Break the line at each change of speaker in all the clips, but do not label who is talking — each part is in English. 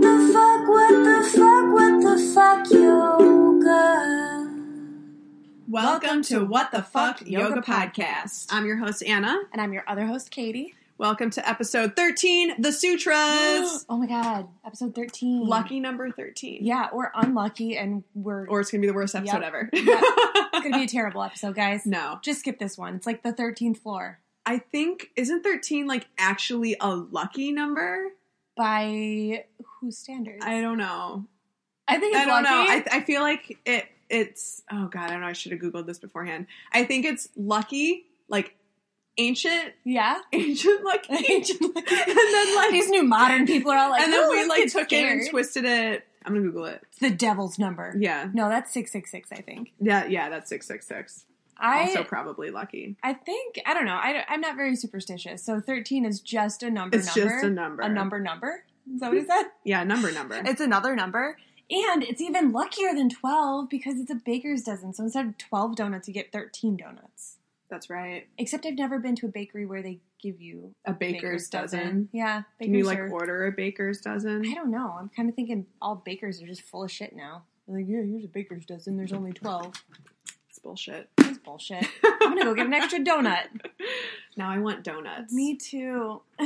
fuck, what the fuck, what the fuck, yoga.
Welcome to What the Fuck Yoga Podcast. I'm your host, Anna.
And I'm your other host, Katie.
Welcome to episode 13, The Sutras.
oh my god, episode 13.
Lucky number 13.
Yeah, or unlucky, and we're.
Or it's going to be the worst episode
Yep.
ever.
Yep. it's gonna be a terrible episode, guys.
no.
Just skip this one. It's like the 13th floor
I think, isn't 13 like actually a lucky number?
by whose standards?
I don't know.
I think
I
it's
don't
lucky.
know. I, I feel like it. it's, oh God, I don't know. I should have Googled this beforehand. I think it's lucky, like ancient,
yeah.
ancient lucky.
Ancient lucky.
and then like,
These new modern people are like,
and then
"Ooh,
we
let's
like
get
took it and
scared."
twisted it. I'm going to Google it.
It's the devil's number.
Yeah.
No, that's 666, I think.
Yeah, yeah, that's 666.
I.
also probably lucky.
I think I don't know. I, am not very superstitious, so 13 is just a number.
It's
number,
just a number.
A number. Number. Is that what he said?
Yeah, number, number.
It's another number. And it's even luckier than 12 because it's a baker's dozen. So instead of 12 donuts, you get 13 donuts.
That's right.
Except I've never been to a bakery where they give you
A baker's, dozen.
Yeah, bakers
Can you like
are-
order a baker's dozen?
I don't know. I'm kind of thinking all bakers are just full of shit now. They're like, yeah, here's a baker's dozen. There's only 12.
It's bullshit.
That's bullshit. I'm going to go get an extra donut.
Now I want donuts.
Me too.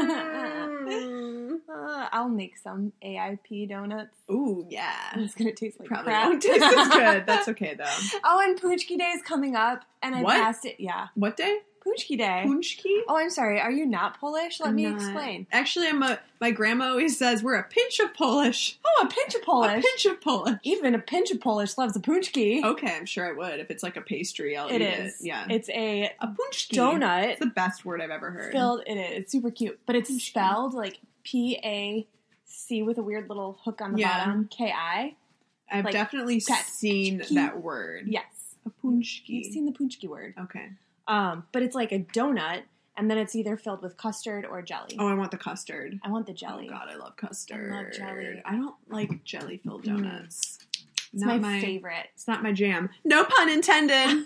Uh,
Mm.
I'll make some AIP donuts.
Ooh, yeah.
It's going to taste like
Probably
crap.
won't taste as good. That's okay though.
Oh, and Poochki Day is coming up, and I
What?
passed it. Yeah,
What day?
Poochki Day.
Punchki?
Oh, I'm sorry. Are you not Polish? Let
I'm
me
not-
explain.
Actually, I'm a. My grandma always says we're a pinch of Polish.
Oh, a pinch of
A
Polish.
pinch of Polish.
Even a pinch of Polish loves a Poochki.
Okay, I'm sure I would if it's like a pastry. I'll
it
eat
is.
it. Yeah,
It's a
a punchki
donut
It's the best word I've ever heard.
filled. It is. It's super cute, but it's spelled like P A C with a weird little hook on the
Yeah.
bottom. K I.
I've
like,
definitely
pet-
seen
ki-
that word.
Yes,
A punchki.
you've seen the Poochki word.
okay.
Um, but it's like a donut, and then it's either filled with custard or jelly.
Oh, I want the custard.
I want the jelly.
Oh God, I love custard.
I love jelly. Mm-hmm.
I don't like jelly filled donuts.
it's my,
Not
favorite.
It's not my jam. No pun intended.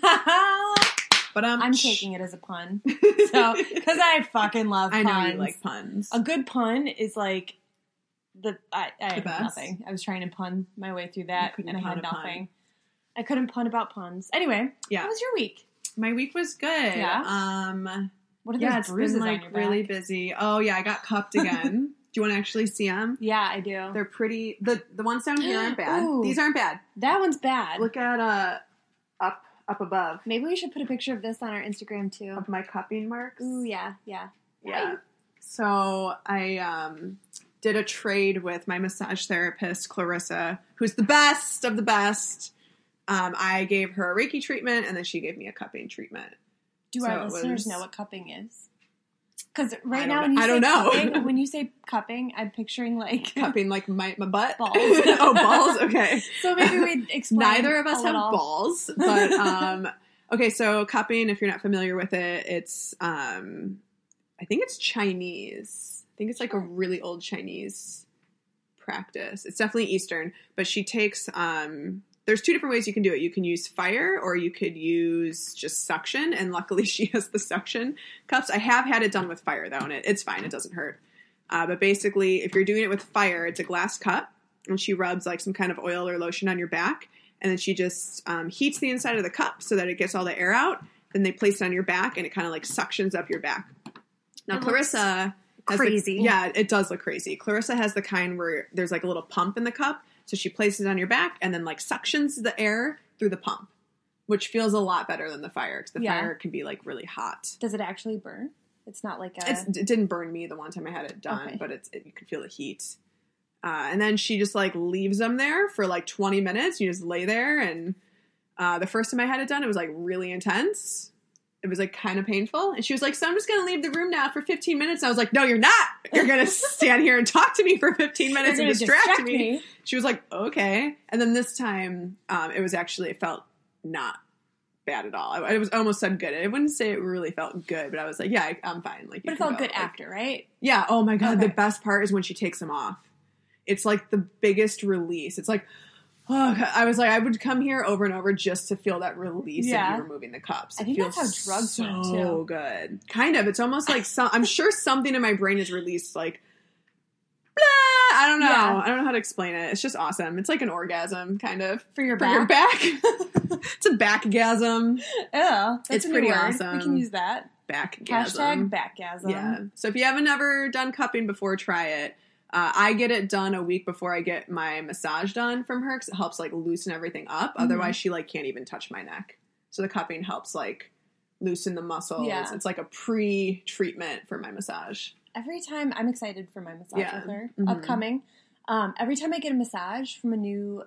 But um,
I'm taking it as a pun. So, because I fucking love
I
puns.
know you like puns.
a good pun is like the I, I had
best.
nothing. I was trying to pun my way through that,
couldn't
and I
pun
had
a pun.
nothing. I couldn't pun about puns. Anyway,
Yeah.
how was your week?
My week was good.
Yeah?
Um.
What are
yeah,
those
it's been
bruises on
like
your back?
really busy. Oh yeah, I got cupped again. Do you want to actually see them?
yeah, I do.
They're pretty. The the ones down here aren't bad.
Ooh.
These aren't bad.
that one's bad.
Look at uh up up above
Maybe we should put a picture of this on our Instagram too.
of my cupping marks.
Ooh, yeah, yeah.
Yeah. So I um, did a trade with my massage therapist, Clarissa, who's the best of the best. Um, I gave her a Reiki treatment and then she gave me a cupping treatment.
Do
So
our
it
listeners
was-
know what cupping is? Because
I
right
don't
now,
know-
when you
I
say
don't know.
cupping, when you say cupping, I'm picturing like
Cupping like my, my butt.
Balls.
oh, balls? Okay.
So maybe we'd explain.
Neither of
a
us have
little.
balls, but um, okay. So cupping, if you're not familiar with it, it's um, I think it's Chinese. I think it's like a really old Chinese practice. It's definitely Eastern, but she takes um. There's two different ways you can do it. You can use fire, or you could use just suction. And luckily, she has the suction cups. I have had it done with fire though, and it, it's fine. It doesn't hurt. Uh, but basically, if you're doing it with fire, it's a glass cup, and she rubs like some kind of oil or lotion on your back, and then she just um, heats the inside of the cup so that it gets all the air out. Then they place it on your back, and it kind of like suctions up your back.
It
Now,
looks
Clarissa, has the-
crazy.
yeah, it does look crazy. Clarissa has the kind where there's like a little pump in the cup, so she places it on your back and then like suctions the air through the pump, which feels a lot better than the fire because the
Yeah.
fire can be like really hot.
Does it actually burn? It's not like a.
It's, it didn't burn me the one time I had it done,
Okay.
but it's it, you could feel the heat. Uh, and then she just like leaves them there for like 20 minutes. You just lay there, and uh, the first time I had it done, it was like really intense. It was like kind of painful, and she was like, "So I'm just gonna leave the room now for 15 minutes." And I was like, "No, you're not. You're gonna stand here and talk to me for 15
They're
minutes and
gonna
distract, me. She was like, "Okay." And then this time, um, it was actually it felt not bad at all. I, I was almost said good. I wouldn't say it really felt good, but I was like, "Yeah, I, I'm fine." Like, you
But it
can
felt
go.
good
Like,
after, right?
yeah. Oh my god. The
Okay.
best part is when she takes them off. It's like the biggest release. It's like, oh, God. I was like, I would come here over and over just to feel that release
Yeah.
of you removing the cups.
I
It
think that's
feels
how drugs work,
So
too.
good. Kind of. It's almost like some. I'm sure something in my brain is released. Like, blah. I don't know. know.
Yeah.
I don't know how to explain it. It's just awesome. It's like an orgasm, kind of.
For your
For your
back.
back. it's a backgasm.
Yeah, that's
It's
a new
pretty
word.
awesome.
We can use that.
Backgasm.
Hashtag backgasm.
Yeah. So if you haven't ever done cupping before, try it. Uh, I get it done a week before I get my massage done from her because it helps like loosen everything up.
Mm-hmm.
Otherwise, she like can't even touch my neck. So the cupping helps like loosen the muscles.
Yeah.
It's like a pre-treatment for my massage.
Every time I'm excited for my massage
Yeah.
with her
Mhm.
upcoming. Um, every time I get a massage from a new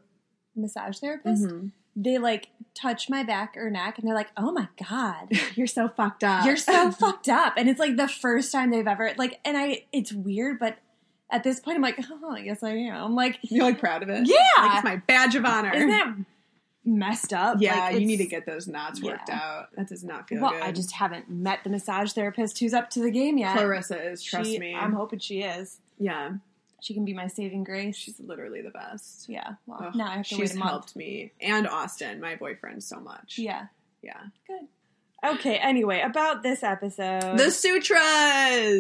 massage therapist,
Mhm.
they like touch my back or neck, and they're like, "Oh my god,
You're so fucked up.
You're so fucked up. And it's like the first time they've ever like and I it's weird, but at this point I'm like, oh I guess I am. I'm like,
You're like proud of it.
Yeah.
Like, it's my badge of honor.
isn't that messed up?
yeah,
Like,
you
it's-
need to get those knots worked
Yeah.
out. That does not feel
Well,
good.
I just haven't met the massage therapist who's up to the game yet.
Clarissa is, trust
She-
me.
I'm hoping she is.
yeah.
She can be my saving grace.
She's literally the best.
yeah. Well
Ugh,
now I have to
she's
wait a month.
helped me and Austin, my boyfriend, so much.
Yeah.
yeah.
Okay, anyway, about this episode.
The sutras,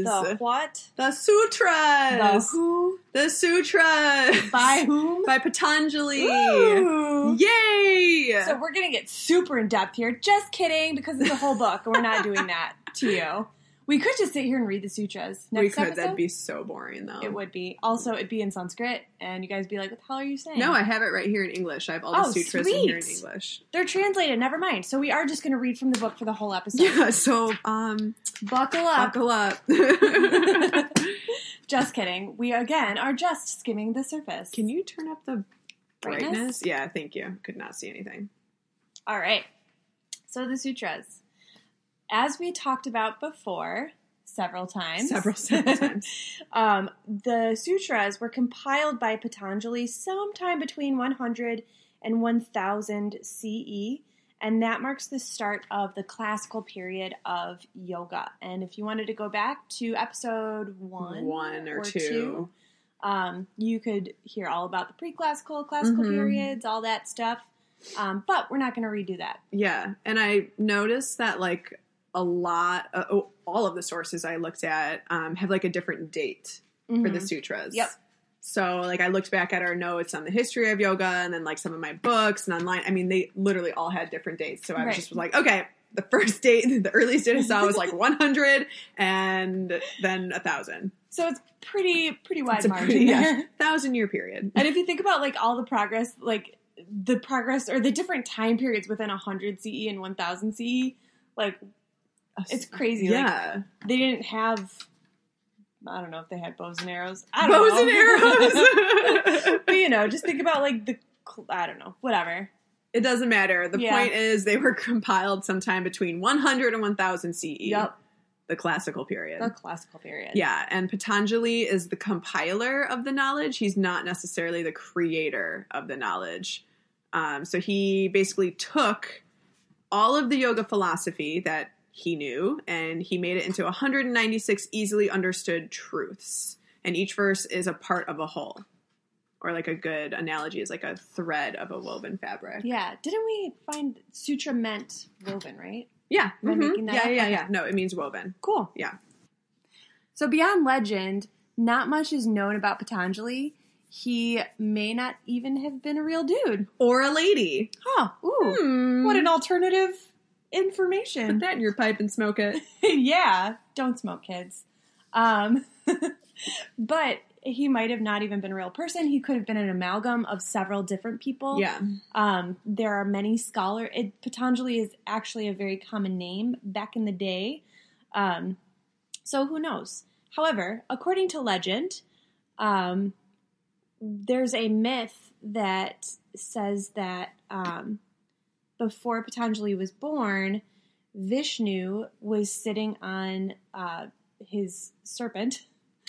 the
the,
what? The
sutras, the,
who?
sutras
By whom?
by Patanjali.
Ooh.
Yay!
So we're gonna get super in depth here. Just kidding, because it's a whole book. and We're not doing that to you. We could just sit here and read the sutras. Next
we could.
Episode,
That'd be so boring, though.
It would be. Also, it'd be in Sanskrit, and you guys be like, "What the hell are you saying?"
No, I have it right here in English. I have all the
Oh,
sutras in here in
sweet.
English.
they're translated. Never mind. So we are just gonna read from the book for the whole episode.
Yeah. So, um,
Buckle up.
buckle up.
just kidding. We again are just skimming the surface.
Can you turn up the
Brightness?
brightness? Yeah. Thank you. Could not see anything.
All right. So the sutras, as we talked about before, several times.
Several, several times.
Um, the sutras were compiled by Patanjali sometime between 100 and 1000 CE, E, and that marks the start of the classical period of yoga. And if you wanted to go back to episode one,
One or, two.
um, you could hear all about the pre classical, classical
Mhm.
periods, all that stuff. Um, but we're not going to redo that.
Yeah, and I noticed that like a lot, uh, oh, all of the sources I looked at um, have like a different date for the
Mhm.
sutras.
Yep.
So like I looked back at our notes on the history of yoga, and then like some of my books and online. I mean, they literally all had different dates. So I
Right.
was just like, okay. The first date, the earliest date I saw was like 100, and then a thousand.
So it's pretty, pretty wide
It's a
margin
pretty
there.
yeah, thousand year period.
And if you think about like all the progress, like the progress or the different time periods within 100 CE E and 1000 CE, E, like it's crazy. Like
yeah,
they didn't have, I don't know if they had bows and arrows. I don't
bows
know.
and arrows.
but you know, just think about like the, cl- I don't know, whatever.
It doesn't matter. The
Yeah.
point is, they were compiled sometime between 100 and 1000 CE,
Yep.
E. the classical period.
The classical period.
Yeah, and Patanjali is the compiler of the knowledge. He's not necessarily the creator of the knowledge. Um, so he basically took all of the yoga philosophy that he knew and he made it into 196 easily understood truths. And each verse is a part of a whole, or like a good analogy is like a thread of a woven fabric.
Yeah. Didn't we find sutra meant woven, right?
Yeah.
Am I
mhm.
making that
yeah,
up?
yeah,
Okay.
yeah. No, it means woven.
Cool.
Yeah.
So beyond legend, not much is known about Patanjali. He may not even have been a real dude.
Or a lady.
Huh. Ooh.
Hmm.
What an alternative information.
Put that in your pipe and smoke it.
yeah. Don't smoke, kids. Um, but he might have not even been a real person. He could have been an amalgam of several different people.
Yeah.
Um, there are many scholar. It, Patanjali is actually a very common name back in the day. Um, so who knows? However, according to legend, um, there's a myth that says that um, before Patanjali was born, Vishnu was sitting on uh, his serpent,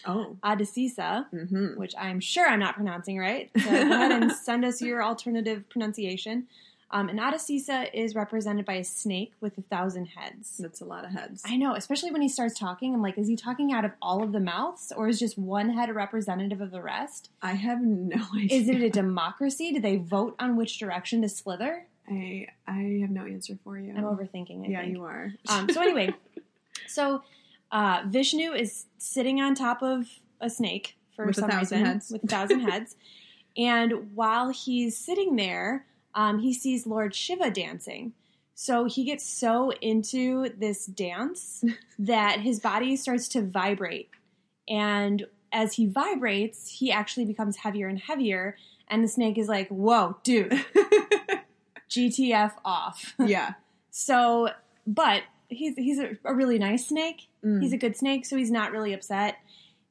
Oh.
Adisisa,
Mm-hmm.
which I'm sure I'm not pronouncing right. So go ahead and send us your alternative pronunciation. Um, and Adasisa is represented by a snake with a thousand heads.
That's a lot of heads.
I know, especially when he starts talking. I'm like, is he talking out of all of the mouths, or is just one head a representative of the rest?
I have no idea.
Is it a democracy? Do they vote on which direction to slither?
I I have no answer for you.
I'm overthinking. I
Yeah,
think.
you are.
Um, so anyway, so uh, Vishnu is sitting on top of a snake for
With a
some
thousand
reason
heads.
with a thousand heads. And while he's sitting there, um, he sees Lord Shiva dancing. So he gets so into this dance that his body starts to vibrate. And as he vibrates, he actually becomes heavier and heavier. And the snake is like, Whoa, dude, GTF off.
yeah.
So, but he's, he's a, a really nice snake.
Mm.
He's a good snake, so he's not really upset.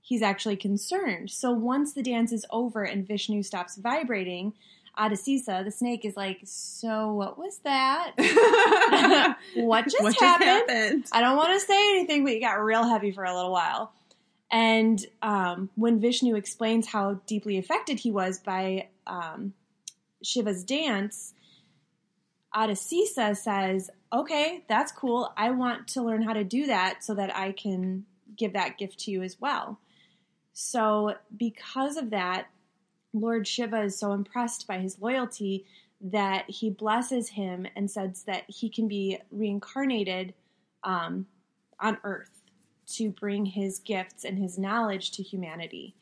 He's actually concerned. So once the dance is over and Vishnu stops vibrating, Adasisa, the snake, is like, So what was that? what just
what
happened?
just happened?
I don't want to say anything, but you got real heavy for a little while. And um, when Vishnu explains how deeply affected he was by um, Shiva's dance, Adasisa says, Okay, that's cool. I want to learn how to do that so that I can give that gift to you as well. So, because of that, Lord Shiva is so impressed by his loyalty that he blesses him and says that he can be reincarnated um, on Earth to bring his gifts and his knowledge to humanity.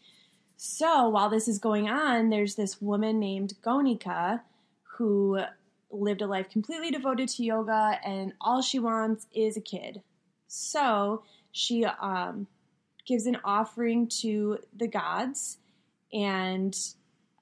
So while this is going on, there's this woman named Gonika who lived a life completely devoted to yoga, and all she wants is a kid. So she um, gives an offering to the gods, and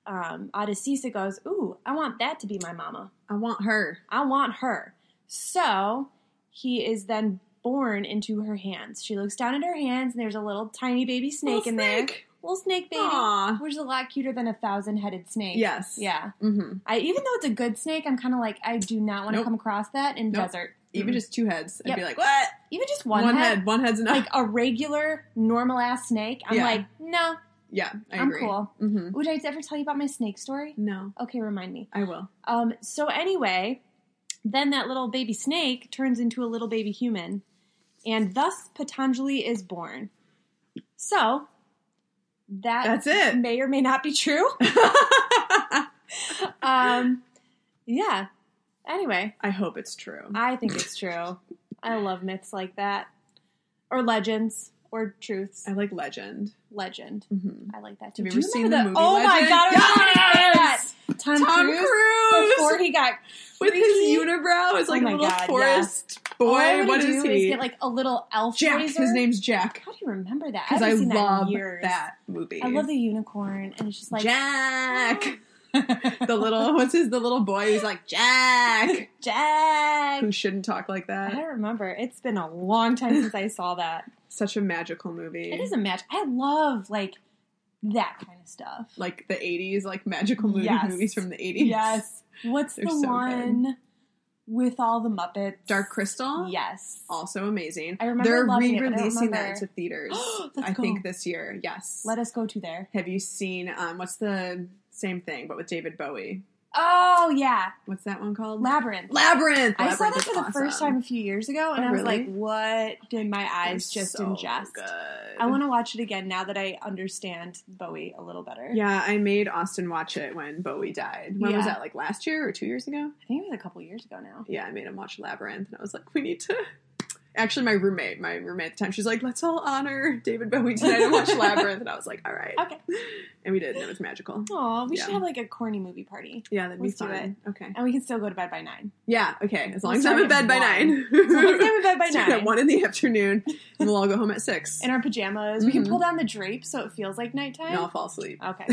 um, Adasisa goes, Ooh, I want that to be my mama.
I want her.
I want her. So he is then born into her hands. She looks down at her hands, and there's a little tiny baby snake
Little
in
snake.
there. Little snake baby.
Aw.
Which is a lot cuter than a thousand headed snake.
Yes.
Yeah.
hmm
I even though it's a good snake, I'm kind of like I do not want to
Nope.
come across that in
Nope.
desert.
Even just two heads.
Mm-hmm. Yep.
I'd be like, what?
even just one,
head.
head,
One head's enough.
like a regular normal ass snake. I'm
Yeah.
like, no,
yeah, I
I'm
agree.
cool.
hmm
Would I ever tell you about my snake story?
No,
Okay, remind me.
I will.
Um, so anyway, then that little baby snake turns into a little baby human, and thus Patanjali is born. So that
That's it.
may or may not be true. Um, yeah. Anyway,
I hope it's true.
I think it's true. I love myths like that, or legends, or truths.
I like legend.
Legend.
hmm
I like that too.
Oh. Have you
Do
ever seen the
remember
movie
Oh my
Legend?
god! I was gonna say that.
Yes!
Tom,
Tom,
Cruise,
Cruise
before he got
with
freaky.
his unibrow is like
my
a little
God, yeah.
forest
All I
boy.
wanna
What
do
is
Is
he?
get like a little elf.
Jack.
Razor.
His name's Jack.
How do you remember that?
Because I,
haven't seen
love
that, in years.
that movie.
I love the unicorn, and it's just like
Jack. the little what's his the little boy who's like Jack
Jack.
who shouldn't talk like
I
that.
remember. It's been a long time since I saw that.
Such a magical movie.
It is a match. I love like that kind of stuff.
like the eighties, like magical movie
Yes.
movies from the eighties.
Yes. What's
They're
the
so good.
one with all the Muppets?
Dark Crystal.
Yes.
Also amazing.
I remember
They're
loving it, but I don't
re-releasing that
remember.
into theaters.
Let's
I
go.
think this year. Yes.
Let us go to there.
Have you seen um, what's the same thing but with David Bowie?
Oh yeah,
What's that one called?
Labyrinth.
Labyrinth.
I saw
Labyrinth
that
is
for the first
awesome.
time a few years ago, and
Oh,
I was
really?
like, "What did my eyes
It's
just
so
ingest?"
Good.
I want to watch it again now that I understand Bowie a little better.
Yeah, I made Austin watch it when Bowie died. When was
Yeah.
that? Like last year or two years ago?
I think it was a couple years ago now.
Yeah, I made him watch Labyrinth, and I was like, we need to. Actually, my roommate, my roommate at the time, she's like, let's all honor David Bowie tonight and watch Labyrinth, and I was like, all right.
Okay.
And we did, and it was magical.
Aw, we
Yeah.
should have like a corny movie party,
Yeah, that'd
Let's
be
do
fun. Okay.
and we can still go to bed by nine.
Yeah. Okay. As long
We'll
as I'm
start
in bed
at
by nine.
So let's have a bed by
Let's do it at
nine
one in the afternoon, and we'll all go home at six,
in
and
our pajamas. We can
Mhm.
pull down the drapes so it feels like nighttime.
I'll fall asleep.
Okay,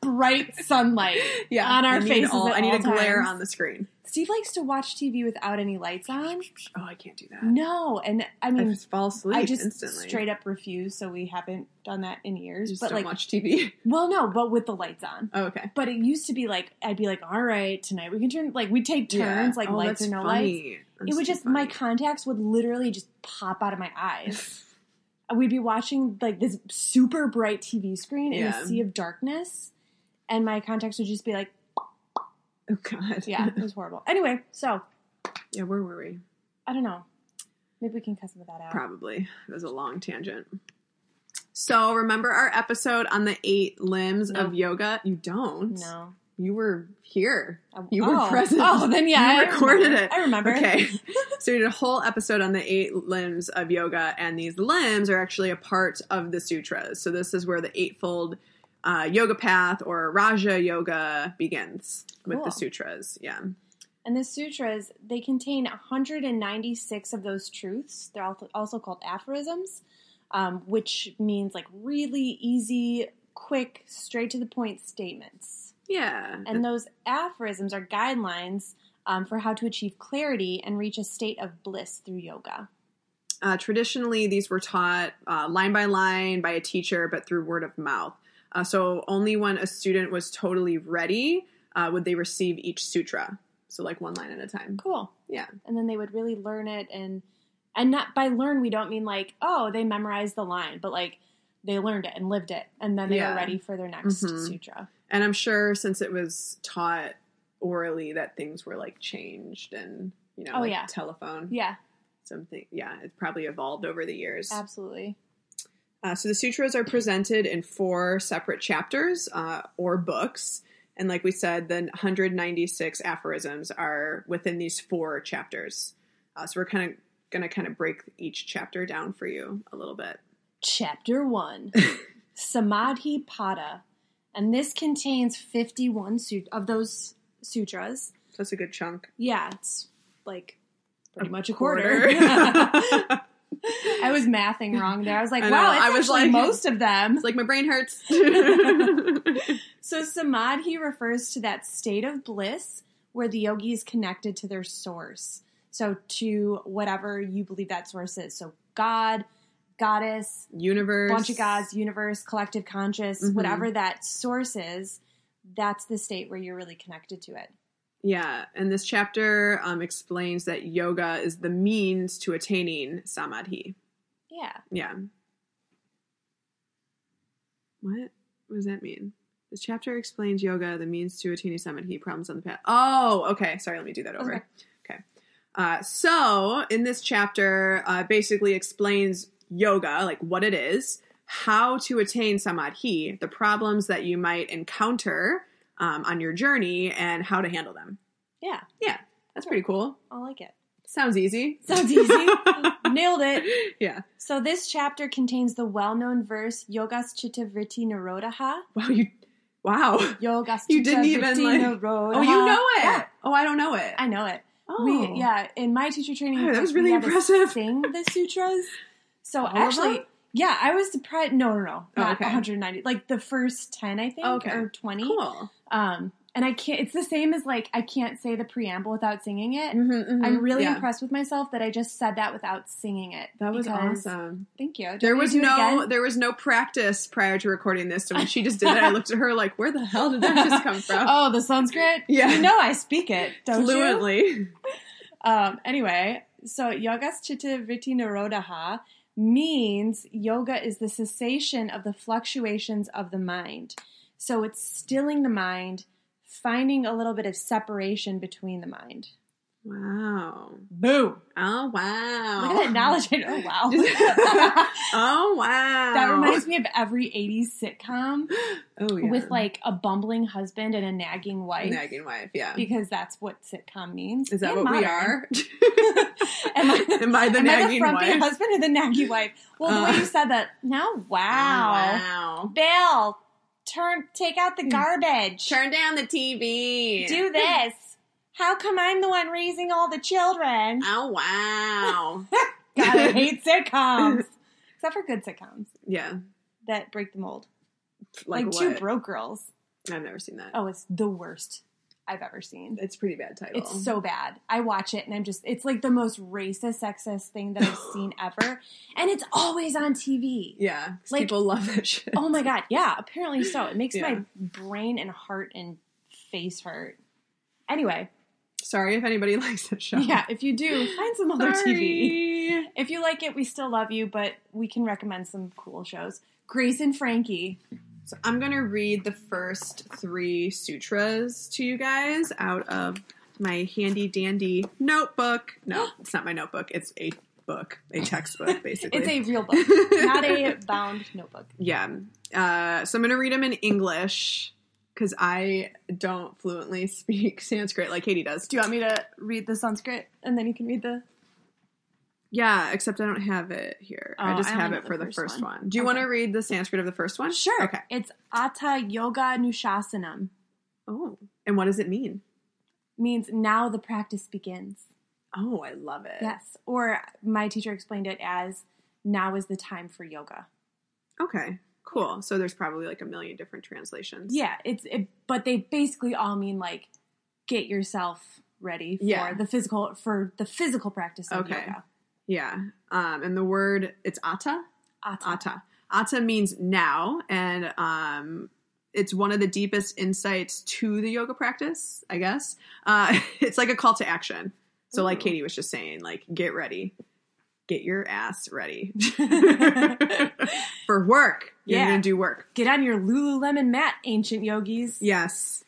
bright sunlight.
yeah.
On our
I need
faces
all-
at
I need
all
a glare
times.
on the screen.
Steve likes to watch TV without any lights on.
Oh, I can't do that.
No, and I
I
mean,
just fall asleep
Mm-hmm. I just
instantly.
straight up refuse, so we haven't done that in years.
just
but
don't
like,
watch TV.
well, no, but with the lights on.
Oh, okay.
But it used to be like I'd be like, all right, tonight we can turn like we take turns, like
Oh,
lights or no lights. It would just my contacts would literally just pop out of my eyes. We'd be watching like this super bright TV screen in
Yeah.
a sea of darkness, and my contacts would just be like,
Oh God.
yeah, it was horrible. Anyway, so
Yeah. Where were we?
I don't know. Maybe we can cut some of that out.
Probably. It was a long tangent. So remember our episode on the eight limbs
No.
of yoga? You don't.
No,
you were here.
Oh,
You were
oh.
present.
Oh, then yeah,
You
I
recorded
remember.
it.
I remember.
Okay. so we did a whole episode on the eight limbs of yoga, and these limbs are actually a part of the sutras. So this is where the eightfold uh, yoga path or Raja yoga begins with
Cool.
the sutras. Yeah.
And the sutras, they contain 196 of those truths. They're al- also called aphorisms, um, which means like really easy, quick, straight to the point statements.
Yeah.
And those aphorisms are guidelines um, for how to achieve clarity and reach a state of bliss through yoga.
Uh, traditionally, these were taught uh, line by line by a teacher, but through word of mouth. Uh, so only when a student was totally ready uh, would they receive each sutra. So like one line at a time.
Cool.
Yeah.
And then they would really learn it and and not by learn we don't mean like, oh, they memorized the line, but like they learned it and lived it and then they
Yeah.
were ready for their next
Mhm.
sutra.
And I'm sure since it was taught orally, that things were like changed and you know,
Oh,
like
yeah.
telephone.
Yeah,
Something. Yeah, it probably evolved over the years.
absolutely.
Uh, so the sutras are presented in four separate chapters uh, or books. And like we said, the 196 aphorisms are within these four chapters. Uh, so we're kind of going to kind of break each chapter down for you a little bit.
Chapter 1 Samadhi Pada. And this contains 51 sut- of those sutras.
That's a good chunk.
Yeah, it's like pretty
A
much a quarter.
quarter.
I was mathing wrong there. I was like,
I know,
wow, it's
I was
actually
like-
most of them.
it's like my brain hurts.
So samadhi refers to that state of bliss where the yogi is connected to their source. So to whatever you believe that source is. So God, goddess,
Universe.
bunch of gods, universe, collective conscious,
Mhm.
whatever that source is, that's the state where you're really connected to it.
Yeah, and this chapter um, explains that yoga is the means to attaining samadhi.
Yeah.
Yeah. What? What does that mean? This chapter explains yoga, the means to attaining samadhi, problems on the path. Oh, okay. Sorry, let me do that over.
Okay.
Okay. Uh, so, in this chapter, uh, basically explains yoga, like what it is, how to attain samadhi, the problems that you might encounter um, on your journey, and how to handle them.
Yeah.
Yeah. That's pretty cool.
I like it.
Sounds easy.
Sounds easy. Nailed it.
yeah.
So this chapter contains the well-known verse Yogas Chitta Vritti Narodaha.
Wow, you. Wow.
Yogas
You
Chitta
didn't even,
vritti
like-
Narodaha.
Oh, you know it.
Yeah,
Oh, I don't know it.
I know it.
oh,
We yeah, in my teacher training
Oh, that was
we
really
had to
impressive.
Sing the sutras. So
All of
actually,
them?
yeah, I was surprised. No, no, no,
Oh,
not
okay.
190. Like the first 10, I think,
Okay.
or 20.
Cool.
Um, and I can't. It's the same as like I can't say the preamble without singing it. I'm
mhm.
really
Yeah.
impressed with myself that I just said that without singing it.
That was
because-
awesome.
Thank you. Do you
There
want me
was
to do it
no
again?
there was no practice prior to recording this, so when she just did it, I looked at her like, "Where the hell did that just come from?"
Oh, the Sanskrit.
Yeah.
you know I speak it, don't you?
Fluently.
Um. Anyway, so yogas chitta vritti narodaha means yoga is the cessation of the fluctuations of the mind. So it's stilling the mind, finding a little bit of separation between the mind.
Wow.
Boom.
Oh wow.
Look at that knowledge. Oh wow.
oh wow.
that reminds me of every 80s sitcom
oh, yeah.
with like a bumbling husband and a nagging wife.
nagging wife. Yeah.
Because that's what sitcom means.
Is that
And
what we
modern.
are?
Am I,
Am I the
am I the
nagging
frumpy
wife?
husband or the naggy wife? Well, the way
Uh.
you said that, now,
Oh,
wow.
wow. Hmm.
Bill, turn, take out the garbage.
Turn down the TV.
Do this. How come I'm the one raising all the children?
Oh wow.
God, I hate sitcoms. Except for good sitcoms
yeah.
that break the mold.
Like,
like
what?
two broke girls.
I've never seen that.
Oh, it's the worst I've ever seen.
It's a pretty bad title.
It's so bad. I watch it and I'm just, it's like the most racist, sexist thing that I've seen ever. And it's always on TV.
yeah. 'cause
like-
people love that shit.
Oh my God. Yeah, apparently so. It makes
Yeah.
my brain and heart and face hurt. Anyway,
Sorry if anybody likes that show.
yeah, if you do, find some other
Sorry.
TV. If you like it, we still love you, but we can recommend some cool shows. Grace and Frankie.
So I'm gonna read the first three sutras to you guys out of my handy dandy notebook. No, it's not my notebook. It's a book, a textbook, basically.
It's a real book, not a bound notebook.
yeah. Uh, so I'm gonna read them in English, because I don't fluently speak Sanskrit like Katie does.
Do you want me to read the Sanskrit and then you can read the?
Yeah, except I don't have it here. I
Oh,
just
I
have
only
it for the first one. Do you
Okay.
want to read the Sanskrit of the first one?
Sure.
Okay.
It's Atta Yoga Nushasanam.
Oh, and what does it mean?
Means now the practice begins.
Oh, I love it.
Yes. Or my teacher explained it as now is the time for yoga.
Okay. Cool. So there's probably like a million different translations.
Yeah, it's it, but they basically all mean like get yourself ready for
Yeah.
the physical for the physical practice of
Okay.
yoga.
Yeah. Um, and the word it's atta.
Atta.
Atta. Atta means now, and um, it's one of the deepest insights to the yoga practice, I guess. Uh, it's like a call to action. So, like
Ooh.
Katie was just saying, like get ready, get your ass ready for work. You're
Yeah.
gonna do work.
Get on your Lululemon mat, ancient yogis.
Yes.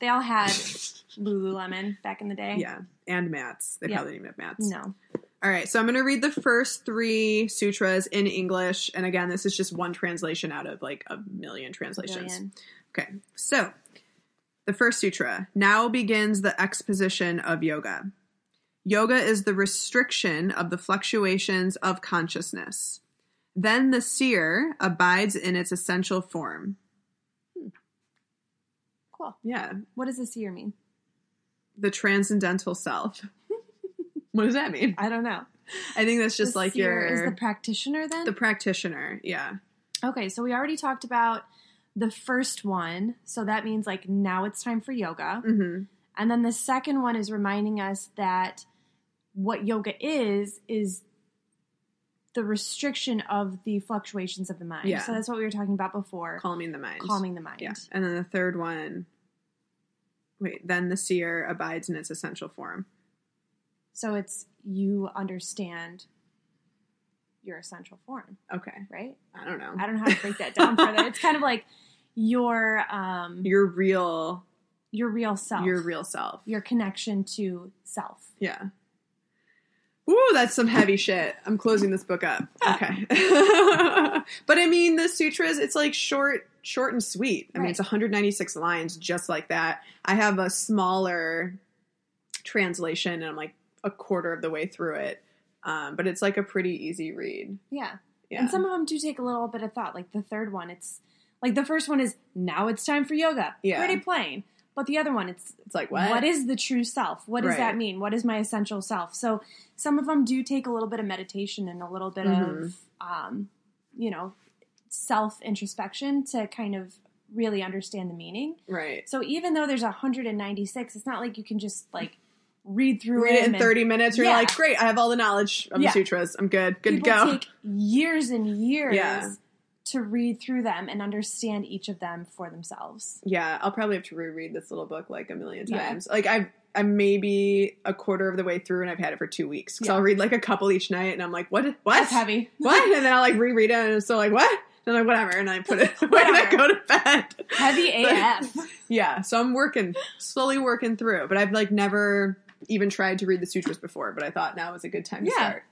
They all had Lululemon back in the day.
Yeah. And mats. They
Yeah.
probably didn't have mats.
No.
All right, so I'm going to read the first three sutras in English. And again, this is just one translation out of like a million translations.
Billion.
Okay, so the first sutra now begins the exposition of yoga. Yoga is the restriction of the fluctuations of consciousness. Then the seer abides in its essential form.
Cool.
Yeah,
What does this year mean?
the transcendental self. what does that mean?
I don't know.
I think that's just
The
like
seer
your
is the practitioner then?
the practitioner. Yeah.
Okay, so we already talked about the first one. So that means like now it's time for yoga.
Mm-hmm.
And then the second one is reminding us that what yoga is, is the restriction of the fluctuations of the mind.
Yeah.
So that's what we were talking about before
calming the mind.
calming the mind.
Yeah. And then the third one. Wait, then the seer abides in its essential form.
So it's you understand your essential form,
Okay.
right?
I don't know.
I don't know how to break that down further. It's kind of like your um your,
your real
real self.
your real self.
your connection to self.
yeah. Ooh, that's some heavy shit. I'm closing this book up. Okay. but I mean the sutras, it's like short short and sweet. I mean
Right.
it's 196 lines just like that. I have a smaller translation and I'm like a quarter of the way through it. Um, but it's like a pretty easy read.
Yeah.
Yeah.
And some of them do take a little bit of thought. Like the third one, it's like the first one is now it's time for yoga.
Yeah.
Pretty plain. But the other one, it's
It's like what?
what is the true self? What does
Right.
that mean? What is my essential self? So some of them do take a little bit of meditation and a little bit
Mhm.
of, um, you know, self introspection to kind of really understand the meaning.
right?
So even though there's 196, it's not like you can just like read through
Read it
them
in
and-
thirty minutes. You're
Yeah.
like, great, I have all the knowledge of
Yeah.
the sutras. I'm good, good
people
to go.
take years and years
Yeah.
to read through them and understand each of them for themselves.
yeah, I'll probably have to reread this little book like a million
Yeah.
times. Like I've. I'm maybe a quarter of the way through, and I've had it for two weeks. Because
Yeah.
I'll read like a couple each night, and I'm like, "What? What?
That's heavy.
What?" And then I'll like reread it, and I'm still like, "What?" And I'm like, "Whatever," and I put it away and I
Whatever.
go to bed.
Heavy AF.
Yeah, so I'm working, slowly working through. But I've like never even tried to read the sutras before. But I thought now was a good time to
Yeah.
start.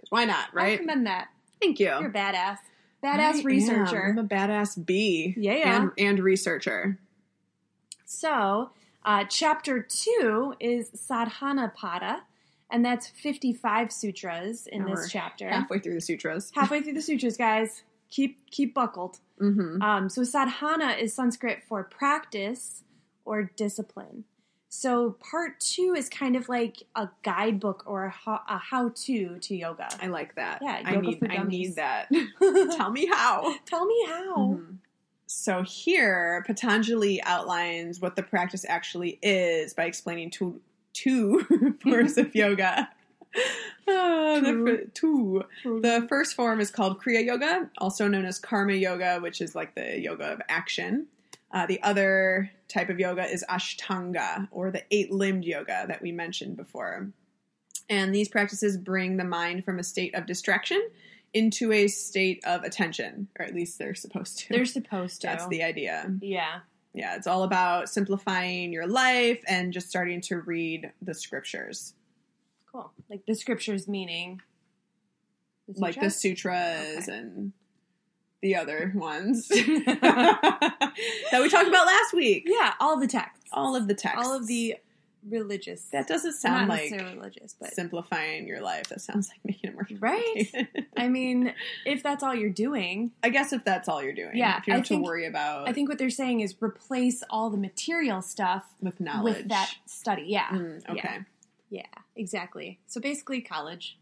'Cause Why not?
I
Right?
recommend that.
Thank you.
You're a badass.
I
Badass
am.
researcher.
I'm a badass bee.
Yeah, yeah.
And, and researcher.
So, uh, chapter two is Sadhanapada, and that's 55 sutras in
Now we're
this chapter.
Halfway through the sutras.
Halfway through the sutras, guys. Keep keep buckled.
hmm
Um, so sadhana is Sanskrit for practice or discipline. So part two is kind of like a guidebook or a, ho- a how-to to yoga.
I like that.
Yeah,
I
yoga
need.
for
I
dummies.
need
Oh.
that. Tell me how.
Tell me how.
Mhm. So here, Patanjali outlines what the practice actually is by explaining two two forms of yoga. Ah, the
Two.
fir- two. The first form is called Kriya Yoga, also known as Karma Yoga, which is like the yoga of action. Uh, the other type of yoga is Ashtanga, or the eight limbed yoga that we mentioned before. And these practices bring the mind from a state of distraction into a state of attention, or at least they're supposed to.
They're supposed to.
That's the idea.
yeah.
Yeah, it's all about simplifying your life and just starting to read the scriptures,
Cool. Like the sutras meaning.
like the
sutras?
sutras and the other ones that we talked about last week.
Yeah, all the texts.
All of the texts.
All of the religious.
That doesn't
not
sound like
necessarily religious, but
simplifying your life. That sounds like making it more
Right?
complicated.
I mean, if that's all you're doing,
I guess if that's all you're doing,
Yeah,
if you don't
I
have
think-
to worry about
I think what they're saying is replace all the material stuff
with knowledge.
with that study. Yeah,
Mm, okay.
yeah, exactly. So basically, college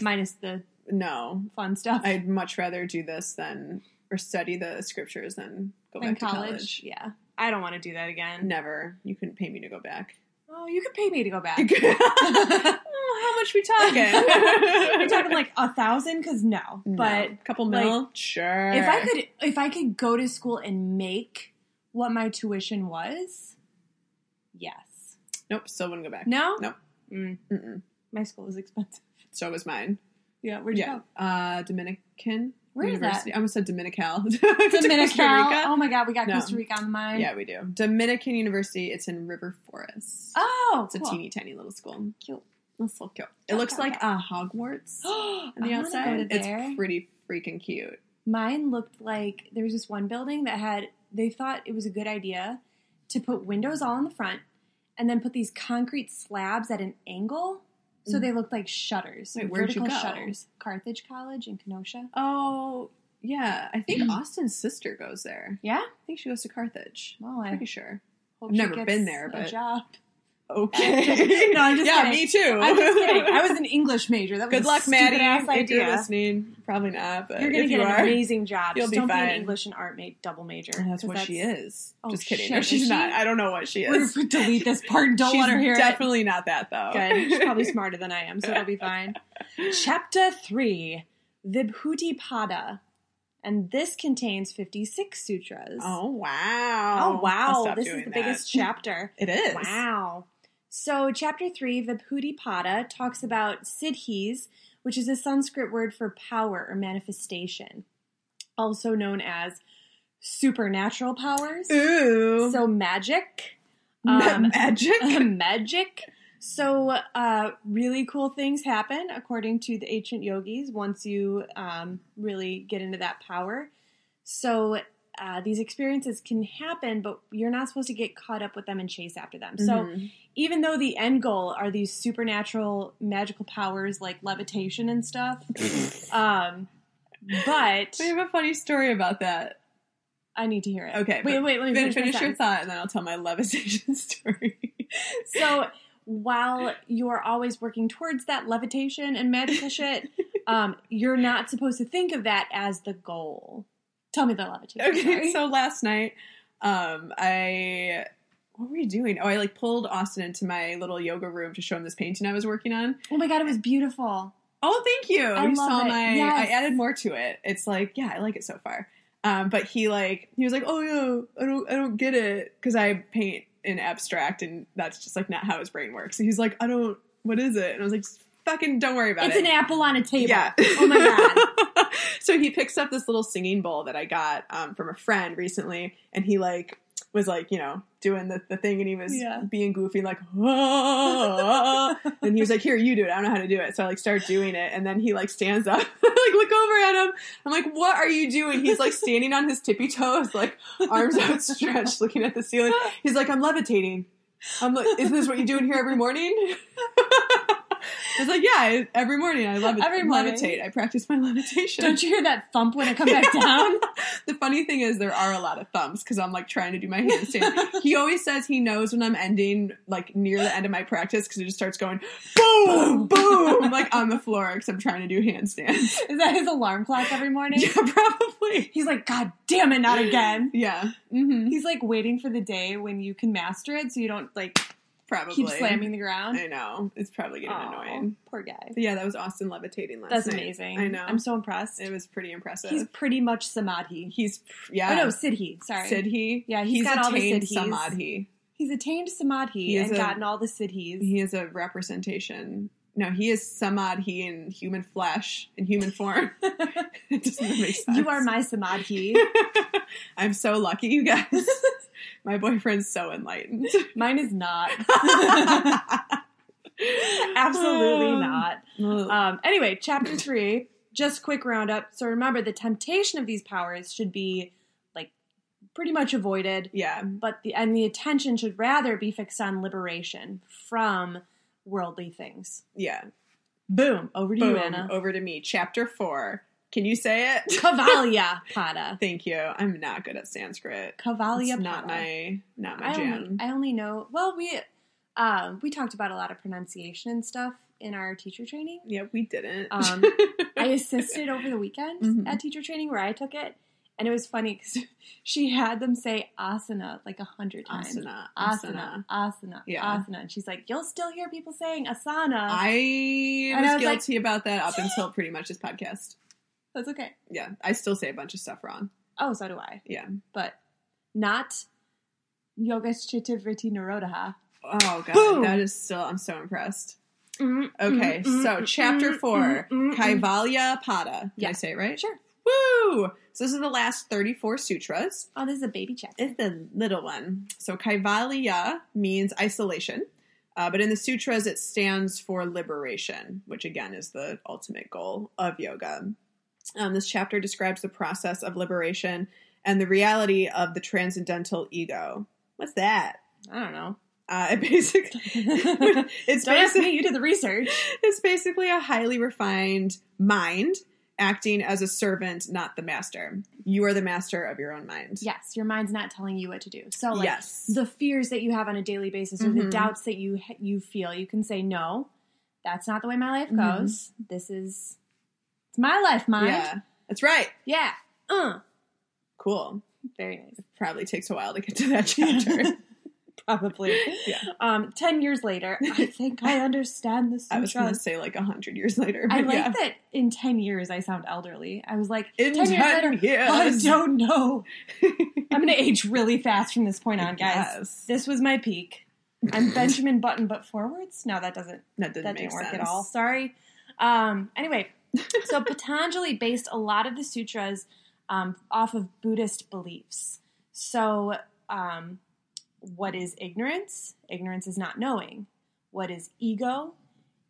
minus the
No,
fun stuff.
I'd much rather do this than or study the scriptures than go
in
back to college.
Yeah. I don't want to do that again.
Never. You couldn't pay me to go back.
Oh, you could pay me to go back.
Oh, How much we talking?
You're talking like a thousand? Because no.
No.
But
couple
like,
mil. sure.
if I could, if I could go to school and make what my tuition was, yes.
Nope. Still wouldn't go back.
No.
Nope.
Mm,
Mm-mm.
my school was expensive.
So was mine.
Yeah. Where'd
yeah. Uh, Dominican.
Where is
University. I almost said Dominical.
that? Dominican. Oh
Dominican.
my God, we got
No.
Costa Rica on mine.
Yeah, we do. Dominican University. It's in River Forest.
Oh,
It's a
cool.
teeny tiny little school.
Cute.
That's so cute. It
Yeah,
looks
yeah,
like a Hogwarts
I
on the
wanna
outside.
Go to there.
It's pretty freaking cute.
Mine looked like there was this one building that had, they thought it was a good idea to put windows all in the front and then put these concrete slabs at an angle so they looked like shutters.
Mm. Wait, where'd you
vertical
go?
shutters. Carthage College in Kenosha.
Oh, yeah. I think Austin's sister goes there.
Yeah?
I think she goes to Carthage.
Well, I
Pretty sure.
hope
I've
she
never
gets
been there,
a
but-
job.
Okay.
No, I'm just
yeah,
kidding.
me too.
I'm just kidding. I was an English major. That was
Good
a
luck, Maddie.
stupid-ass
If you're
idea.
listening, probably not, but
You're gonna
if
get
you
an
are,
amazing job.
you'll
Just
be
don't be
fine.
an English and art ma- double major.
And that's
'cause
what she is.
Oh,
just kidding.
shit,
No,
is
she's
she?
not. I don't know what she
We're
is.
gonna delete this part. Don't
she's
let her hear it.
definitely not that though.
Good. She's probably smarter than I am, so it'll be fine. Chapter 3 Vibhuti Pada. And this contains 56 sutras.
Oh wow!
Oh,
I'll
wow.
stop
This is
doing
the
that.
biggest chapter.
It is.
Wow. So, chapter 3, Vibhuti Pada, talks about siddhis, which is a Sanskrit word for power or manifestation, also known as supernatural powers.
Ooh.
So, um, magic.
magic.
magic. So, uh, really cool things happen according to the ancient yogis once you um, really get into that power. So, uh, these experiences can happen, but you're not supposed to get caught up with them and chase after them. So,
Mhm.
even though the end goal are these supernatural magical powers like levitation and stuff, um, but
we have a funny story about that.
I need to hear it.
Okay,
wait,
but
wait, let me finish,
Finish,
my
finish your
sentence.
thought, and then I'll tell my levitation story.
So while you're always working towards that levitation and magical shit, um, you're not supposed to think of that as the goal. Tell me the levitation.
okay,
sorry.
so last night, um, I what were we doing? Oh, I like pulled Austin into my little yoga room to show him this painting I was working on.
oh my god, it was beautiful.
Oh, thank you.
I
you
love
saw
it.
my
Yes.
I added more to it. It's like, yeah, I like it so far. Um, but he like he was like, "Oh yeah, I don't I don't get it cuz I paint in abstract and that's just like not how his brain works." And he's like, "I don't what is it?" And I was like, "Fucking don't worry about
It's
it."
an apple on a table.
Yeah.
Oh my god.
god. so he picks up this little singing bowl that I got um, from a friend recently, and he like was like, you know, doing the, the thing, and he was
Yeah.
being goofy, like, "Ah." and he was like, "Here, you do it. I don't know how to do it." So I like start doing it, and then he like stands up, like look over at him. I'm like, "What are you doing?" He's like standing on his tippy toes, like arms outstretched, looking at the ceiling. He's like, "I'm levitating." I'm like, "Isn't this what you do in here every morning?" I was like, yeah, I, every morning I love it.
Every morning.
levitate. I practice my levitation.
Don't you hear that thump when I come back down?
the funny thing is, there are a lot of thumbs because I'm like trying to do my handstand. he always says he knows when I'm ending, like near the end of my practice, because it just starts going boom, boom, like on the floor because I'm trying to do handstands.
Is that his alarm clock every morning?
yeah, probably.
He's like, God damn it, not again.
Yeah, hmm
He's like waiting for the day when you can master it so you don't like
probably.
keep slamming the ground.
I know it's probably getting
Aw,
annoying.
Poor guy.
But yeah, that was Austin levitating last
That's
night.
amazing.
I know.
I'm so impressed.
it was pretty impressive.
He's
He's,
pretty much Samadhi.
pr- yeah.
Oh no, Siddhi. Sorry,
Siddhi.
Yeah, he's got all the
attained
siddhis.
samadhi.
he's attained Samadhi
He is
and
a-
gotten all the siddhis.
he is a representation. No, he is samadhi in human flesh, in human form. it doesn't make sense.
you are my Samadhi.
I'm so lucky, you guys. my boyfriend's so enlightened.
Mine is not.
Absolutely Um.
Um, Absolutely not. Um, anyway, chapter three, just quick roundup. So remember, the temptation of these powers should be like pretty much avoided,
Yeah.
but the and the attention should rather be fixed on liberation from worldly things.
Yeah.
Boom, over to
Boom. Oh.
you, Anna.
Over to me. Chapter four. Can you say it?
Kavalia Pada.
Thank you. I'm not good at Sanskrit.
Kavalia
It's not
Pada.
my not my
I only,
jam.
I only know. Well, we um, we talked about a lot of pronunciation and stuff in our teacher training.
yeah, we didn't.
Um, I assisted over the weekend
Mhm.
at teacher training where I took it, and it was funny because she had them say asana like a hundred times.
asana,
Asana,
asana.
asana,
Yeah.
asana, and she's like, "You'll still hear people saying asana."
I
Uh, And
was,
I was like-
guilty about that up until pretty much this podcast.
That's okay.
Yeah, I still say a bunch of stuff wrong.
Oh, so do I.
Yeah.
but not yogaschitivriti narodaha.
Oh god,
Boom.
that is still. I'm so impressed. Mm-hmm.
Okay,
Okay,
mm-hmm,
so chapter four, Kaivalya Pada. Did
Yeah.
I say it right?
Sure.
Woo! So this is the last 34 sutras.
Oh, this is a baby chapter.
It's the little one. So Kaivalya means isolation, uh, but in the sutras it stands for liberation, which again is the ultimate goal of yoga. Um, this chapter describes the process of liberation and the reality of the transcendental ego. What's that?
I don't know.
Uh, it basically
Don't ask
it's basically
me. You did the research.
it's basically a highly refined mind acting as a servant, not the master. You are the master of your own mind.
Yes, your mind's not telling you what to do. So, like
yes.
the fears that you have on a daily basis, or the
Mhm.
doubts that you ha- you feel, you can say no. That's not the way my life
Mhm.
goes. This is it's my life, mind.
Yeah. That's right.
Yeah. Uh.
Cool.
Very nice.
probably takes a while to get to that chapter.
Probably.
Yeah.
Um, ten years later, I think I understand the
I was going to
sutras.
say like a hundred years later.
I
but
like
yeah.
that in ten years I sound elderly. I was like,
In
ten years later, I
years.
don't know. I'm gonna age really fast from this point on, guys.
Yes.
This was my peak. I'm Benjamin Button, but forwards. No, that doesn't.
that didn't,
that
make
didn't work
sense.
at all. Sorry. Um, anyway, so Patanjali based a lot of the sutras um, off of Buddhist beliefs. So, um, what is ignorance? Ignorance is not knowing. What is ego?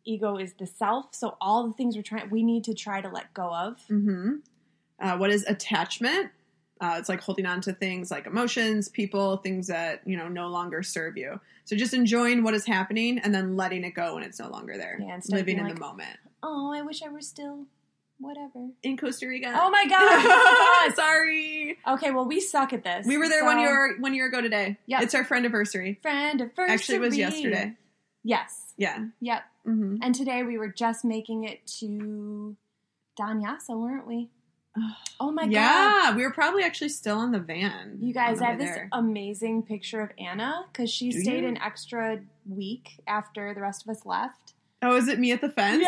Ego is the self. So all the things we're trying, we need to try to let go of.
hmm Uh, what is attachment? Uh, it's like holding on to things like emotions, people, things that, you know, no longer serve you. So just enjoying what is happening and then letting it go when it's no longer there.
Yeah, instead of
Living in
being
the
like-
moment.
Oh, I wish I were still, whatever.
In Costa Rica.
Oh my god! this is us.
Sorry.
okay, well we suck at this.
We were there one
So-
year one year ago today.
Yep.
It's our friend anniversary.
friend of first.
Actually it was yesterday.
Yes.
Yeah.
Yep.
Mm-hmm.
And today we were just making it to Danyasa, weren't we? Oh my god.
yeah, we were probably actually still in the van.
You guys,
on the
I have
way
this
there.
amazing picture of Anna because she
Do
stayed
you?
an extra week after the rest of us left.
Oh, is it me at the fence?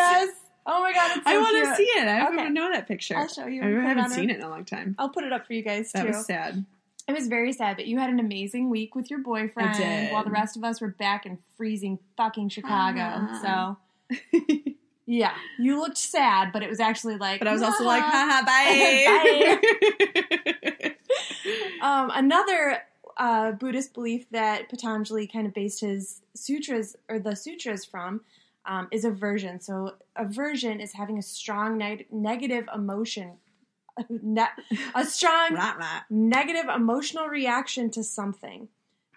Oh my god, it's so
I want
cute.
to see it. I don't
Okay.
even know that picture.
I'll show you.
I
We'll put
haven't
on
seen
our-
it in a long time.
I'll put it up for you guys too.
That was sad.
It was very sad, but you had an amazing week with your boyfriend
did.
while the rest of us were back in freezing fucking Chicago. Uh-huh.
Ah.
So Yeah. You looked sad, but it was actually like
But I was also like,
"Nah."
haha, bye.
Um, another uh, Buddhist belief that Patanjali kind of based his sutras or the sutras from um, is aversion. So aversion is having a strong neg- negative emotion, ne- a strong
Rah, rah.
negative emotional reaction to something.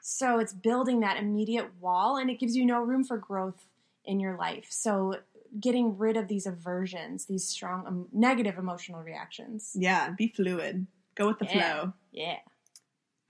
So it's building that immediate wall, and it gives you no room for growth in your life. So getting rid of these aversions, these strong um, negative emotional reactions.
Yeah, be fluid. Go with the
Yeah.
flow.
Yeah.